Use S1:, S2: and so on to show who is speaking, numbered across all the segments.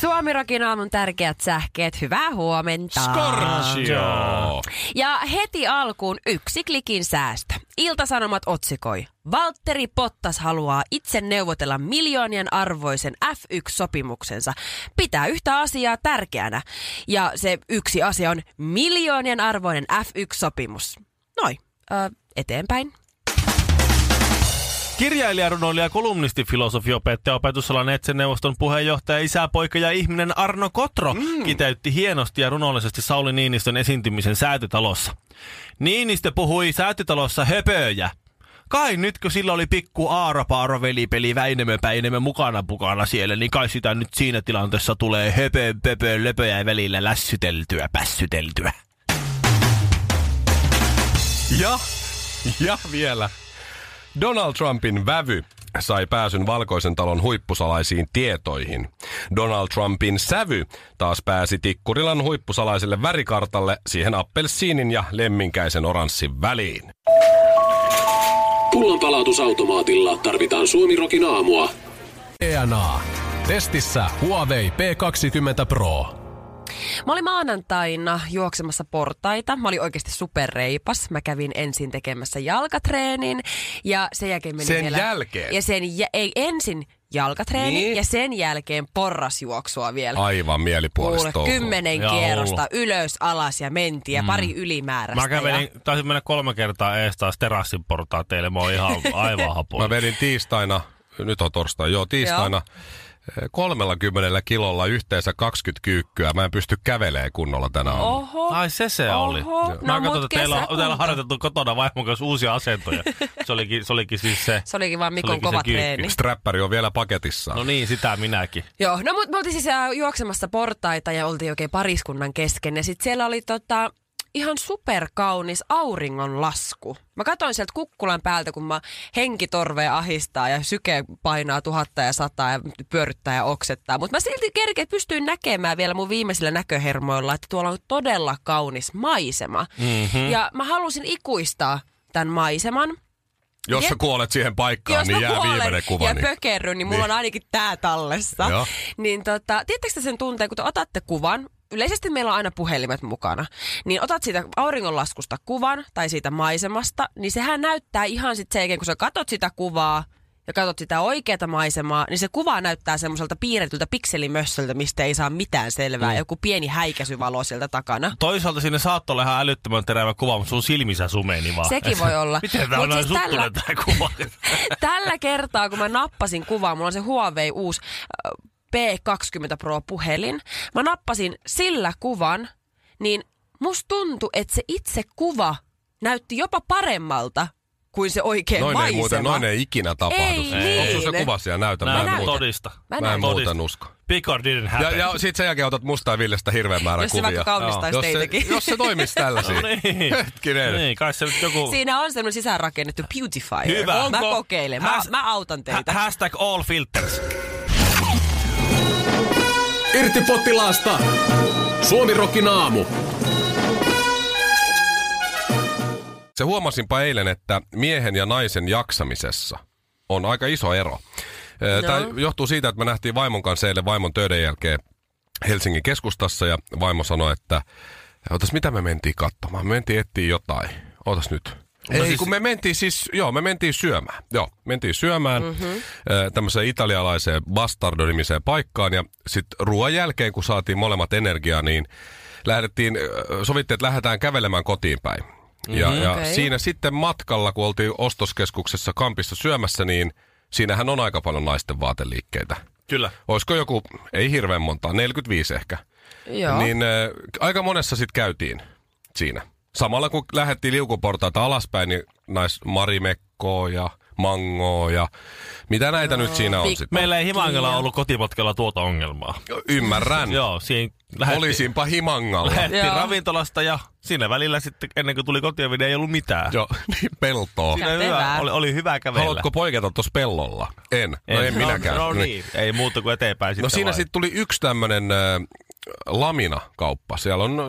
S1: Suomirokin aamun tärkeät sähkeet, hyvää huomenta.
S2: Scoragio!
S1: Ja heti alkuun yksi klikin säästö. Iltasanomat otsikoi. Valtteri Pottas haluaa itse neuvotella miljoonien arvoisen F1-sopimuksensa. Pitää yhtä asiaa tärkeänä. Ja se yksi asia on miljoonien arvoinen F1-sopimus. Noi, ö, eteenpäin.
S2: Kirjailija, runoilija, kolumnisti, filosofiopettaja, opetusalan etseneuvoston puheenjohtaja, isä, poika ja ihminen Arno Kotro mm. kiteytti hienosti ja runollisesti Sauli Niinistön esiintymisen säätytalossa. Niinistö puhui säätytalossa höpöjä. Kai nytkö sillä oli pikku aarapaaro velipeli Väinemö Päinemö mukana pukana siellä, niin kai sitä nyt siinä tilanteessa tulee höpö, pöpö, löpöjä välillä lässyteltyä, pässyteltyä.
S3: Ja, ja vielä. Donald Trumpin vävy sai pääsyn valkoisen talon huippusalaisiin tietoihin. Donald Trumpin sävy taas pääsi Tikkurilan huippusalaiselle värikartalle siihen appelsiinin ja lemminkäisen oranssin väliin.
S4: Pullonpalautusautomaatilla tarvitaan Suomirokin aamua.
S5: ENA. E Testissä Huawei P20 Pro.
S1: Mä olin maanantaina juoksemassa portaita. Mä olin oikeasti superreipas. Mä kävin ensin tekemässä jalkatreenin ja sen jälkeen menin
S3: Sen
S1: vielä...
S3: jälkeen?
S1: Ja sen jä... ei ensin jalkatreeni
S3: Niin.
S1: niin. ja sen jälkeen porrasjuoksua vielä.
S3: Aivan mielipuolista
S1: Kuule,
S3: touhua.
S1: kymmenen
S2: Jaa,
S1: kierrosta ylös, alas ja mentiin ja pari ylimääräistä.
S2: Mä kävelin, taisin mennä kolme kertaa ees taas terassin portaiteille, mä oon ihan aivan hapoin.
S3: Mä vedin tiistaina, nyt on torstai, joo tiistaina, eh, 30 kilolla yhteensä 20 kyykkyä. Mä en pysty kävelee kunnolla tänä
S1: Ja...
S3: aamuna.
S1: Oho.
S2: Ai se se
S1: Oho.
S2: oli.
S1: No,
S2: Mä
S1: mut
S2: katsoin, että teillä,
S1: kesäkuuta.
S2: on- teillä on harjoiteltu kotona vaimon kanssa uusia asentoja. Se olikin, se olikin siis se.
S1: Se olikin vaan Mikon
S2: olikin se
S1: kova
S2: kyykky.
S1: treeni.
S3: Strappari on vielä paketissa.
S2: No niin, sitä minäkin.
S1: Joo, no mut me oltiin siis äh, juoksemassa portaita ja oltiin oikein pariskunnan kesken. Ja sit siellä oli tota, ihan superkaunis auringonlasku. Mä katsoin sieltä kukkulan päältä, kun mä henkitorvea ahistaa ja syke painaa tuhatta ja sataa ja pyörittää ja oksettaa. Mutta mä silti kerkeä pystyin näkemään vielä mun viimeisillä näköhermoilla, että tuolla on todella kaunis maisema. Mm-hmm. Ja mä halusin ikuistaa tämän maiseman.
S3: Jos sä
S1: Jep.
S3: kuolet siihen paikkaan, niin
S1: mä
S3: jää
S1: kuolen
S3: viimeinen kuva.
S1: ja
S3: Niin.
S1: pökerryn, niin mulla
S3: Niin.
S1: on ainakin tää tallessa.
S3: Joo.
S1: Niin tota, tiedättekö te sen tunteen, kun te otatte kuvan, Yleisesti meillä on aina puhelimet mukana. Niin otat siitä auringonlaskusta kuvan tai siitä maisemasta, niin sehän näyttää ihan sit sen jälkeen, kun sä katot sitä kuvaa ja katot sitä oikeata maisemaa, niin se kuva näyttää semmoiselta piirretyltä pikselimössöltä, mistä ei saa mitään selvää. Mm. Joku pieni häikäisyvalo sieltä takana.
S2: Toisaalta sinne saattoi olla ihan älyttömän terävä kuva, mutta sun silmissä sumeni vaan.
S1: Sekin voi olla.
S2: Miten tää
S1: Mut
S2: on näin
S1: siis tällä-
S2: suttunen tää kuva?
S1: Tällä kertaa, kun mä nappasin kuvaa, mulla on se Huawei uusi äh, P20 Pro puhelin. Mä nappasin sillä kuvan, niin musta tuntui, että se itse kuva näytti jopa paremmalta kuin se oikea
S3: Noin ei
S1: maisema.
S3: muuten, noin ei ikinä tapahdu.
S1: Ei niin.
S3: Onko sulla se kuva siellä näytämään?
S2: Mä
S3: Mä en
S2: en
S1: näytän.
S3: muuta-
S2: todista.
S1: Mä
S3: Mä en
S2: todista.
S3: muuten usko.
S2: Picard didn't
S3: Ja,
S2: happen. No
S3: ja sit sen jälkeen otat musta ja Villestä hirveän määrän
S1: Jos se
S3: kuvia.
S1: vaikka kaunistaisi
S3: Joo. jos,
S1: teitäkin.
S3: se, jos se toimisi tällaisia.
S2: No niin.
S3: Siis- Hetkinen.
S2: Niin, kai se nyt joku...
S1: Siinä on semmoinen sisäänrakennettu beautifier.
S2: Hyvä.
S1: Mä kokeilen. Mä,
S2: Häs-
S1: mä autan teitä.
S2: Ha- hashtag all filters.
S5: Irti potilaasta! Suomirokin aamu.
S3: Se huomasinpa eilen, että miehen ja naisen jaksamisessa on aika iso ero. No. Tämä
S1: No.
S3: johtuu siitä, että me nähtiin vaimon kanssa eilen vaimon töiden jälkeen Helsingin keskustassa ja vaimo sanoi, että otas mitä me mentiin katsomaan, me mentiin etsiä jotain, otas nyt. No Ei, siis... kun me mentiin siis, joo, me mentiin syömään. Joo, mentiin syömään mm-hmm. tämmöiseen italialaiseen bastardo-nimiseen paikkaan ja sitten ruoan jälkeen, kun saatiin molemmat energiaa, niin lähdettiin, ö, sovittiin, että lähdetään kävelemään kotiin päin. Ja, mm-hmm, ja
S1: Okei.
S3: okay. siinä sitten matkalla, kun oltiin ostoskeskuksessa kampissa syömässä, niin siinähän on aika paljon naisten vaateliikkeitä.
S2: Kyllä.
S3: Olisiko joku, ei hirveän montaa, 45 ehkä.
S1: Joo.
S3: Niin äh, aika monessa sitten käytiin siinä. Samalla kun lähdettiin liukuportaita alaspäin, niin nais Marimekkoa ja mangoa ja mitä näitä nyt siinä on
S1: Pikku.
S3: sitten.
S2: Meillä ei Himangalla ollut kotipatkalla tuota ongelmaa.
S3: Ymmärrän.
S2: Joo, siinä lähdettiin,
S3: Olisinpa himangalla.
S2: lähdettiin
S1: Joo.
S2: ravintolasta ja siinä välillä sitten ennen kuin tuli kotiin ei ollut mitään.
S3: Joo, niin peltoa.
S2: Siinä oli
S1: Ja
S2: hyvä,
S1: evää.
S2: oli, oli hyvä kävellä.
S3: Haluatko poiketa tuossa pellolla? En. No en,
S2: No,
S3: minäkään.
S2: No
S3: Niin.
S2: niin, ei muuta kuin eteenpäin sitten
S3: No siinä
S2: vaan.
S3: sitten tuli yksi tämmöinen äh, laminakauppa. Siellä on äh,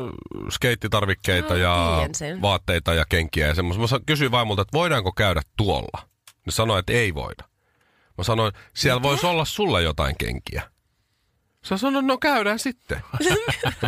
S3: skeittitarvikkeita ja
S1: tiedän sen.
S3: vaatteita ja kenkiä ja semmoista. Mä sa- kysyin vaimolta, että voidaanko käydä tuolla? Ne sanoi, että ei voida. Mä sanoin, siellä voisi olla sulla jotain kenkiä. Sä sanoin, no käydään sitten.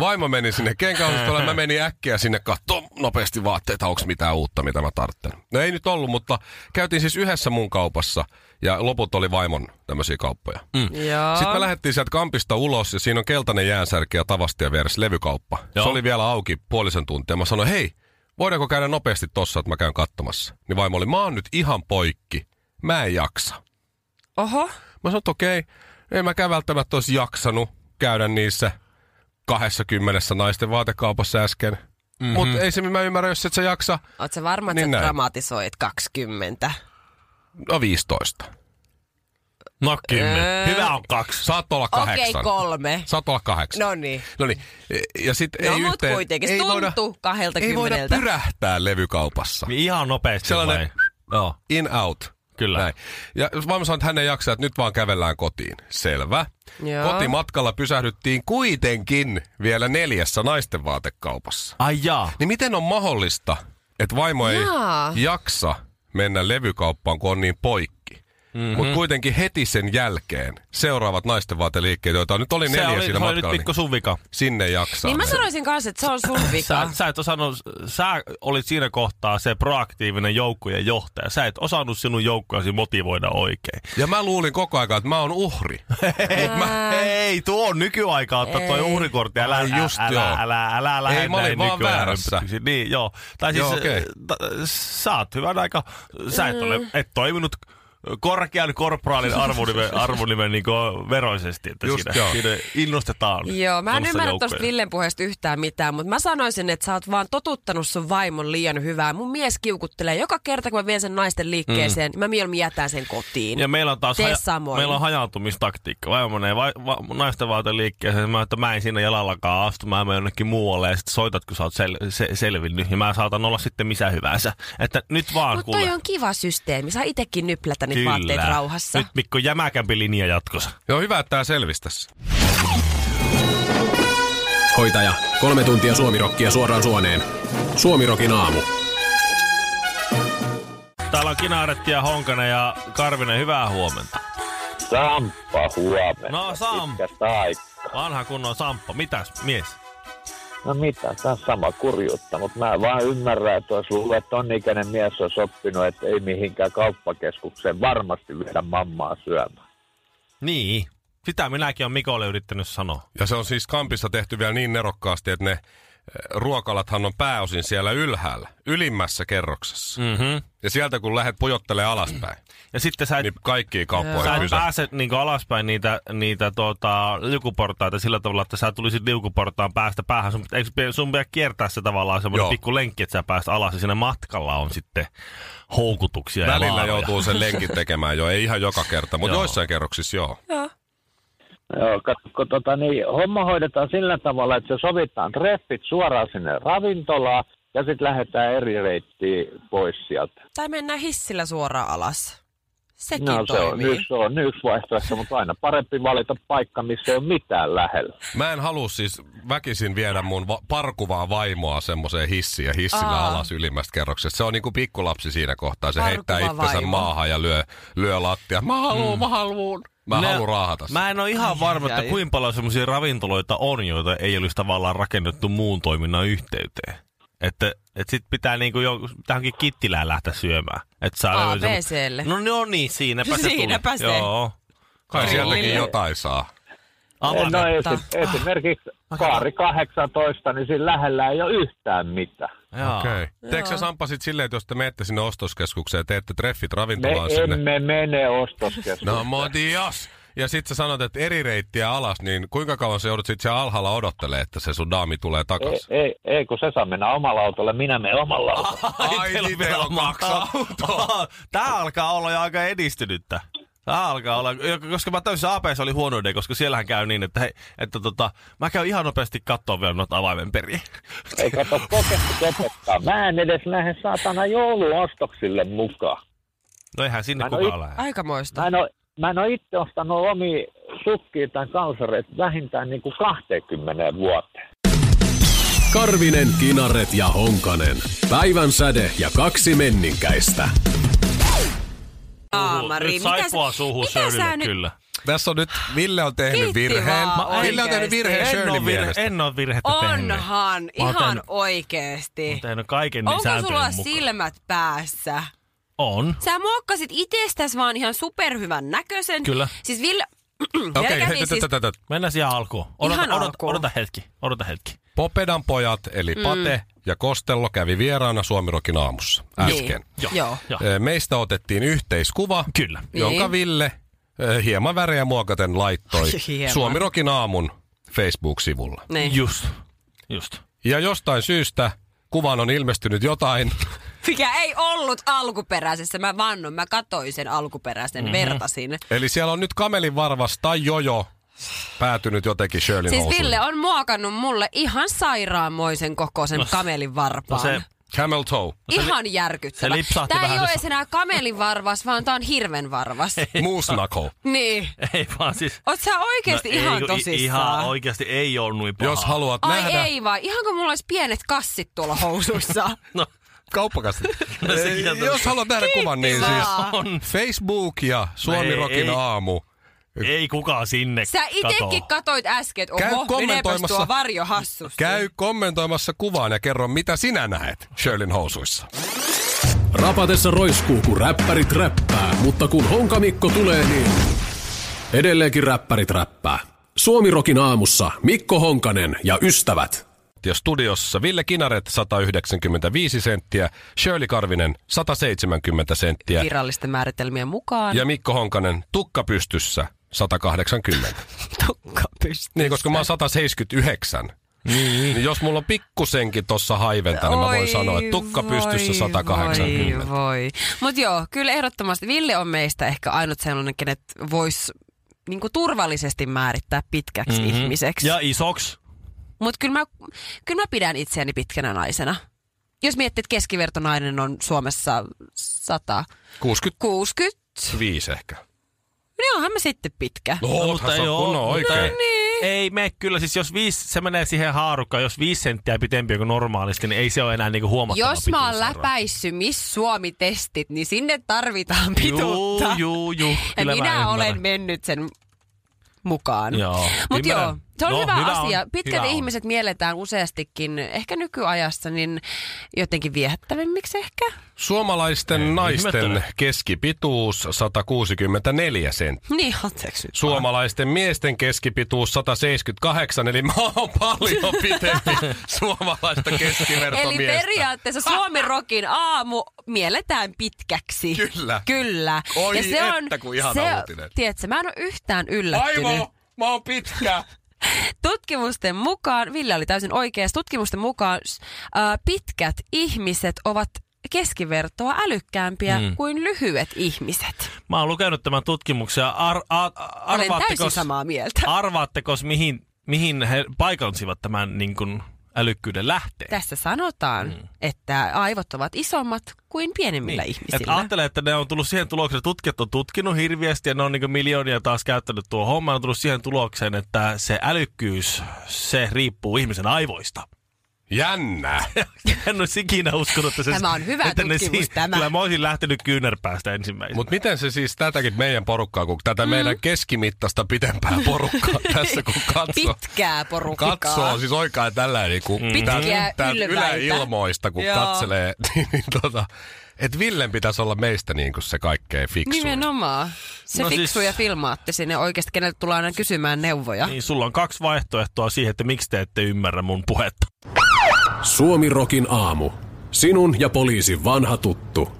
S3: Vaimo meni sinne kenkäosastolle, mä menin äkkiä sinne katsoa nopeasti vaatteita, onko mitään uutta, mitä mä tarvitsen. No ei nyt ollut, mutta käytiin siis yhdessä mun kaupassa ja loput oli vaimon tämmöisiä kauppoja.
S1: Joo.
S3: Sitten me lähdettiin sieltä kampista ulos ja siinä on keltainen jäänsärki ja tavastia vieressä levykauppa. Joo.
S2: Joo.
S3: Se oli vielä auki puolisen tuntia. Mä sanoin, hei, voidaanko käydä nopeasti tossa, että mä käyn katsomassa. Niin vaimo oli, mä oon nyt ihan poikki. Mä en jaksa.
S1: Oho.
S3: Mä sanoin, että okei, en mäkään välttämättä olisi jaksanut käydä niissä 20 naisten vaatekaupassa äsken.
S2: Mhm.
S3: Mm-hmm. Mutta ei se, mä ymmärrän, jos et sä jaksa.
S1: Oot sä varma, että
S3: Niin
S1: niin sä
S3: näin.
S1: dramatisoit 20?
S3: No 15.
S2: No kymmen. Hyvä on kaksi.
S3: Saat olla kahdeksan.
S1: Okei, kolme.
S3: Saat olla kahdeksan.
S1: No niin.
S3: No niin. Ja sitten
S1: No
S3: ei
S1: mut
S3: yhteen,
S1: kuitenkin, se
S3: ei voida,
S1: tuntuu kahdelta
S3: Ei voida
S1: kymmeneltä.
S3: pyrähtää levykaupassa.
S2: Ihan nopeasti
S3: Sellainen-
S2: vai? Joo.
S3: In out.
S2: Kyllä.
S3: Näin. Ja vaimo sanoi, että hän ei jaksa, että nyt vaan kävellään kotiin. Selvä.
S1: Joo.
S3: Kotimatkalla pysähdyttiin kuitenkin vielä neljässä naisten vaatekaupassa.
S2: Ai jaa.
S3: Niin miten on mahdollista, että vaimo ei
S1: Jaa.
S3: jaksa mennä levykauppaan, kun on niin poikki? Mm-hmm.
S2: Mhm.
S3: Mutta kuitenkin heti sen jälkeen seuraavat naisten vaateliikkeet, joita nyt oli
S2: Se
S3: neljä
S2: oli,
S3: siinä
S2: se oli nyt
S3: matkalla,
S2: pikku
S3: niin
S2: sun vika.
S3: sinne jaksaa.
S1: Niin mä sanoisin kanssa, että se on sun
S2: Sä,
S1: vika.
S2: sä et osannut, sä olit siinä kohtaa se proaktiivinen joukkojen johtaja. Sä et osannut sinun joukkoasi motivoida oikein.
S3: Ja mä luulin koko ajan, että mä oon uhri. Mut mä,
S2: Ei, tuo on nykyaikaa ottaa toi uhrikortti. Älä,
S3: Ai
S2: älä,
S3: just
S2: älä,
S3: joo.
S2: älä, älä, älä
S3: Ei,
S2: lähde
S3: mä olin
S2: näin
S3: vaan
S2: nykyään
S3: väärässä.
S2: hyppytyksiin. Niin, joo. Tai siis
S3: Joo,
S2: joo,
S3: okei.
S2: okay. ta, sä oot hyvän aika. Sä et ole, et toiminut korkean korporaalin arvonimen, arvonimen niin veroisesti. Että
S3: Just
S2: siinä,
S3: joo.
S2: siinä innostetaan.
S1: Joo, mä en
S2: tuommoista
S1: ymmärrä
S2: joukkoja.
S1: tuosta Villen puheesta yhtään mitään, mutta mä sanoisin, että sä oot vaan totuttanut sun vaimon liian hyvää. Mun mies kiukuttelee joka kerta, kun mä vien sen naisten liikkeeseen, mm. mä mieluummin jätän sen kotiin.
S2: Ja meillä on taas
S1: Niin Tee samoin.
S2: meillä on hajautumistaktiikka. Vaimo menee va- va- naisten vaateliikkeeseen. Mä, että mä en siinä jalallakaan astu, mä menen jonnekin muualle. Ja sitten soitat, kun sä oot sel- se- selvinnyt. Ja mä saatan olla sitten missä hyvänsä. Että nyt vaan
S1: Mutta
S2: kuule.
S1: toi on kiva systeemi, saa itekin nyplätä niitä
S2: Kyllä.
S1: vaatteet rauhassa.
S2: Nyt Mikko jämäkämpi linja jatkossa.
S3: joo, hyvä, että tää selvisi tässä.
S5: Hoitaja, kolme tuntia suomirokkia suoraan suoneen. Suomirokin aamu.
S2: Täällä on Kinaretti ja Honkanen ja Karvinen. Hyvää huomenta.
S6: Samppa huomenna.
S2: No, Sam.
S6: Pitkästä aikaa.
S2: Vanha kunnon Samppa. Mitäs mies?
S6: No mitä, tämä on sama kurjuutta, mutta mä vaan ymmärrän, että jos luulet, että ton ikäinen mies olisi oppinut, että ei mihinkään kauppakeskukseen varmasti viedä mammaa syömään.
S2: Niin. Sitä minäkin olen Mikolle yrittänyt sanoa.
S3: Ja se on siis kampissa tehty vielä niin nerokkaasti, että ne eh, ruokalathan on pääosin siellä ylhäällä, ylimmässä kerroksessa. Mm.
S2: Mm-hmm.
S3: Ja sieltä kun lähdet pujottelee alaspäin,
S2: Ja sitten sä et
S3: niin kaikki kauppoja
S2: Mm. Sä et
S3: pysähtyy.
S2: pääse niinku alaspäin niitä, niitä tota, liukuportaita sillä tavalla, että sä tulisit liukuportaan päästä päähän. Sun, eikö pi- sun pitää kiertää se tavallaan semmoinen
S3: Joo.
S2: pikku lenkki, että sä pääst alas ja siinä matkalla on sitten houkutuksia ja
S3: Välillä
S2: laaroja.
S3: joutuu sen lenkin tekemään jo, ei ihan joka kerta, mutta
S2: Joo.
S3: joissain kerroksissa joo.
S6: Joo, katso, tota, niin, homma hoidetaan sillä tavalla, että se sovitaan treffit suoraan sinne ravintolaan ja sitten lähdetään eri reittiin pois sieltä.
S1: Tai mennään hissillä suoraan alas. Sekin
S6: No se on
S1: toimii.
S6: yksi, se on yksi vaihtoehto, mutta aina parempi valita paikka, missä ei ole mitään lähellä.
S3: Mä en halua siis väkisin viedä mun va- parkuvaa vaimoa semmoiseen hissiin ja hissillä Aa.
S1: Aa.
S3: alas ylimmästä kerroksesta. Se on niinku pikkulapsi siinä kohtaa. Se
S1: Parkuva
S3: heittää itsensä
S1: vaimo.
S3: maahan ja lyö, lyö lattia. Mä haluun, mm. mä haluun. Mä
S2: Ne-
S3: haluun raahata. Mä...
S2: Mä en ole
S1: Niin,
S2: ihan varma, että kuinka paljon semmoisia ravintoloita on, joita ei olisi tavallaan rakennettu muun toiminnan yhteyteen. Että et sit pitää niinku jo, tähänkin kittilään lähteä syömään. Et saa
S1: A,
S2: löydä-
S1: B, C-lle.
S2: No, no niin, siinäpä se
S1: Siinäpä
S2: tuli.
S1: se.
S2: Joo.
S3: Kai sieltäkin
S1: Niin.
S3: jotain saa.
S2: Avata.
S6: No
S1: Totta.
S6: esi- esimerkiksi kaari 18, niin siinä lähellä ei ole yhtään mitään.
S2: Joo.
S3: Okei. Okay. Teekö sä Sampa sit silleen, että jos te menette sinne No. ostoskeskukseen ja teette treffit
S6: Me
S3: ravintolaan sinne?
S6: emme mene ostoskeskukseen.
S3: No modios! ja sit sä sanot, että eri reittiä alas, niin kuinka kauan sä joudut sit siellä alhaalla odottelee, että se sun daami tulee
S6: Ei,
S3: takas?
S6: ei, E-, ei, kun se saa mennä omalla autolla, minä menen omalla autolla.
S3: Ai, niin meillä on kaksi autoa.
S2: Tämä alkaa olla jo aika edistynyttä. Tämä alkaa olla, koska mä täysin APS oli huono idea, koska siellähän käy niin, että, hei, että tota, mä käyn ihan nopeasti katsoa vielä noita avaimen periä.
S6: Ei kato kokeilta kepettaa. Mä en edes lähde saatana jouluostoksille mukaan.
S2: No eihän sinne
S6: Mä en oo
S2: kukaan
S6: it-
S2: lähde.
S7: Aikamoista.
S6: Mä en oo, mä en oo itse ostanut omi sukkia tai kalsareita vähintään niin kuin 20 vuoteen.
S5: Karvinen, Kinaret ja Honkanen. Päivän säde ja kaksi menninkäistä.
S2: Nyt saipua suuhun Shirleylle kyllä.
S3: Tässä on nyt, Ville on tehnyt
S7: Kiitti
S3: virheen.
S7: vaan
S3: Mä- Ville on tehnyt
S7: oikeesti.
S3: virheen
S2: En
S3: Shirley
S2: ole, virhe,
S3: mielestä.
S2: en ole virhettä tehnyt.
S1: Onhan,
S2: Mä oon
S1: ihan
S2: tehnyt-
S1: oikeesti.
S2: Mä oon tehnyt kaiken niin
S1: Onko
S2: sääntöjen
S1: sulla
S2: mukaan.
S1: silmät päässä?
S2: On.
S1: Sä muokkasit itsestäs vaan ihan superhyvän näköisen.
S2: Kyllä.
S1: Siis Ville... Vielä
S3: Okei,
S1: kävi
S3: okay,
S1: siis...
S3: siis...
S2: Mennään siihen alkuun. Odota,
S1: Ihan
S2: odota,
S1: alkuun.
S2: odota hetki. Odota hetki.
S3: Popedan pojat, eli Pate ja Kostello kävi vieraana Suomirokin aamussa äsken.
S2: Joo.
S1: Joo.
S2: Joo.
S3: Ö, Meistä otettiin yhteiskuva,
S2: Kyllä.
S3: jonka
S1: Niin.
S3: Ville ö, hieman värejä muokaten laittoi
S1: Hieman.
S3: Suomirokin aamun Facebook-sivulla.
S1: Niin.
S2: Just. Just.
S3: Ja jostain syystä kuvan on ilmestynyt jotain,
S1: Mikä ei ollut alkuperäisessä. Mä vannon, mä katoin sen alkuperäisen,
S2: Mhm.
S1: mm-hmm. vertasin.
S3: eli siellä on nyt kamelin varvas tai jojo päätynyt jotenkin Shirleyn
S1: Siis
S3: housuihin.
S1: Ville on muokannut mulle ihan sairaanmoisen kokoisen no, kamelin varpaan.
S2: No se,
S3: Camel toe,
S1: ihan järkyttävä.
S2: se lipsahti
S1: Tää ei
S2: vähän
S1: ole edes
S2: tuossa.
S1: enää kamelin varvas, vaan tää on hirven varvas.
S3: moose knuckle.
S1: niin.
S2: ei vaan siis...
S1: Oot sä oikeesti
S2: ei,
S1: ihan
S2: kun i-
S1: tosissaan?
S2: Ihan oikeasti ei ole noin paha.
S3: Jos haluat
S1: Ai
S3: nähdä
S1: ei vaan, ihan kun mulla olisi pienet kassit tuolla housuissa.
S2: No,
S3: kauppakasta.
S2: No sekin on
S3: Jos
S2: totta.
S3: haluat nähdä kuvan, niin siis
S2: on.
S3: Facebook ja Suomi
S2: Ei,
S3: Rokin
S2: ei.
S3: aamu.
S2: Ei kukaan sinne
S1: Sä itekin
S2: katoo.
S1: katoit äsken, että
S3: Käy
S1: oho, menepäs
S3: kommentoimassa.
S1: tuo varjo hassusti.
S3: Käy kommentoimassa kuvaan ja kerro, mitä sinä näet Shirleyn housuissa.
S5: Rapatessa roiskuu, kun räppärit räppää, mutta kun Honkamikko tulee, niin edelleenkin räppärit räppää. Suomirokin aamussa Mikko Honkanen ja ystävät.
S3: Ja studiossa Ville Kinaret 195 senttiä, Shirley Karvinen 170 senttiä
S1: Virallisten määritelmien mukaan.
S3: ja Mikko Honkanen tukka pystyssä 180.
S1: Tukka pystyy.
S3: Niin, koska mä oon 179. Niin jos mulla on pikkusenkin tossa häiventä, niin mä voin sanoa, että tukka pystyssä 180.
S1: Voi, voi. Mut joo, kyllä ehdottomasti Ville on meistä ehkä ainut sellainen, kenet vois niinku turvallisesti määrittää pitkäksi
S3: Mhm.
S1: mm-hmm. ihmiseksi.
S2: Ja isoks.
S1: Mutta kyllä mä, kyllä mä pidän itseäni pitkänä naisena. Jos miettii, että keskivertonainen on Suomessa 160,
S3: 65 ehkä.
S1: niin onhan mä sitten pitkä.
S3: No,
S2: No,
S3: oothan
S2: mutta
S3: sä
S2: ei oo.
S3: kunnon oikein.
S1: No
S2: Mutta
S1: niin.
S2: ei- niin- Ei mene kyllä, siis jos viisi, se menee siihen haarukkaan, jos viisi senttiä pitempi kuin normaalisti, niin ei se ole enää niinku huomattava
S1: Jos mä oon
S2: pituusero.
S1: läpäissyt Miss Suomi-testit, niin sinne tarvitaan pituutta.
S2: Juu, juu, juu.
S1: ja
S2: Kyllä mä
S1: minä
S2: ymmärrän.
S1: olen mennyt sen mukaan.
S2: Joo.
S1: Mutta
S2: Ymmärrän.
S1: joo, se on
S2: No,
S1: no, hyvä,
S2: hyvä on.
S1: asia. Pitkät
S2: Hyvä on.
S1: ihmiset mielletään useastikin, ehkä nykyajassa, niin jotenkin viehättävimmiksi ehkä.
S3: Suomalaisten
S2: Ei,
S3: naisten
S2: ihmettele.
S3: keskipituus 164 senttiä.
S1: Niin, anteeksi.
S3: Suomalaisten miesten keskipituus 178, eli mä oon paljon pitempi suomalaista
S1: Eli
S3: keskivertomiestä.
S1: periaatteessa Suomi Rokin aamu mielletään pitkäksi.
S3: Kyllä.
S1: Kyllä.
S3: Oi että, kun ihana uutinen.
S1: Tiedätkö, mä en ole yhtään yllättynyt.
S2: niin.
S3: Aivo, mä oon pitkä.
S1: Tutkimusten mukaan, Ville oli täysin oikeassa, tutkimusten mukaan äh, pitkät ihmiset ovat keskivertoa älykkäämpiä mm. kuin lyhyet ihmiset.
S2: Mä oon lukenut tämän tutkimuksen ja ar, ar, ar,
S1: Olen täysin
S2: arvaattekos,
S1: samaa mieltä.
S2: arvaattekos mihin, mihin he paikansivat tämän niin kuin, älykkyyden lähteen?
S1: Tässä sanotaan, mm. että aivot ovat isommat kuin pienemmillä niin.
S2: Et
S1: ihmisillä.
S2: ajattele, että ne on tullut siihen tulokseen, että tutkijat on tutkinut hirviästi ja ne on niin miljoonia taas käyttänyt tuo homma. Ne on tullut siihen tulokseen, että se älykkyys, se riippuu ihmisen aivoista.
S3: Jännä.
S2: En olisi ikinä uskonut, että se...
S1: Tämä on hyvä
S2: että ne
S1: tutkimus, tämä.
S2: Kyllä mä olisin lähtenyt kyynärpäästä ensimmäisenä.
S3: Mutta miten se siis tätäkin meidän porukkaa, kun tätä mm. meidän keskimittaista pitempää porukkaa tässä, kun katsoo.
S1: Pitkää porukkaa. Mm-hmm.
S3: katsoo siis oikein tällä niin kuin
S1: Pitkiä ylväitä.
S3: yläilmoista, kun
S1: Joo.
S3: katselee, niin, niin tota, että Villen pitäisi olla meistä niin kuin se kaikkein fiksu.
S1: Nimenomaan. Se no
S2: No siis-
S1: fiksu ja filmaatti sinne oikeasti, keneltä tullaan aina kysymään neuvoja.
S2: Niin sulla on kaksi vaihtoehtoa siihen, että miksi te ette ymmärrä mun puhetta.
S5: Suomirokin aamu. Sinun ja poliisin vanha tuttu.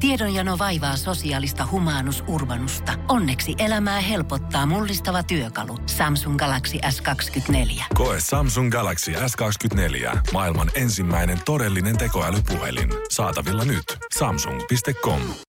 S8: Tiedonjano vaivaa sosiaalista humanus urbanusta. Onneksi elämää helpottaa mullistava työkalu. Samsung Galaxy S24.
S9: Koe Samsung Galaxy S24. Maailman ensimmäinen todellinen tekoälypuhelin. Saatavilla nyt. Samsung.com.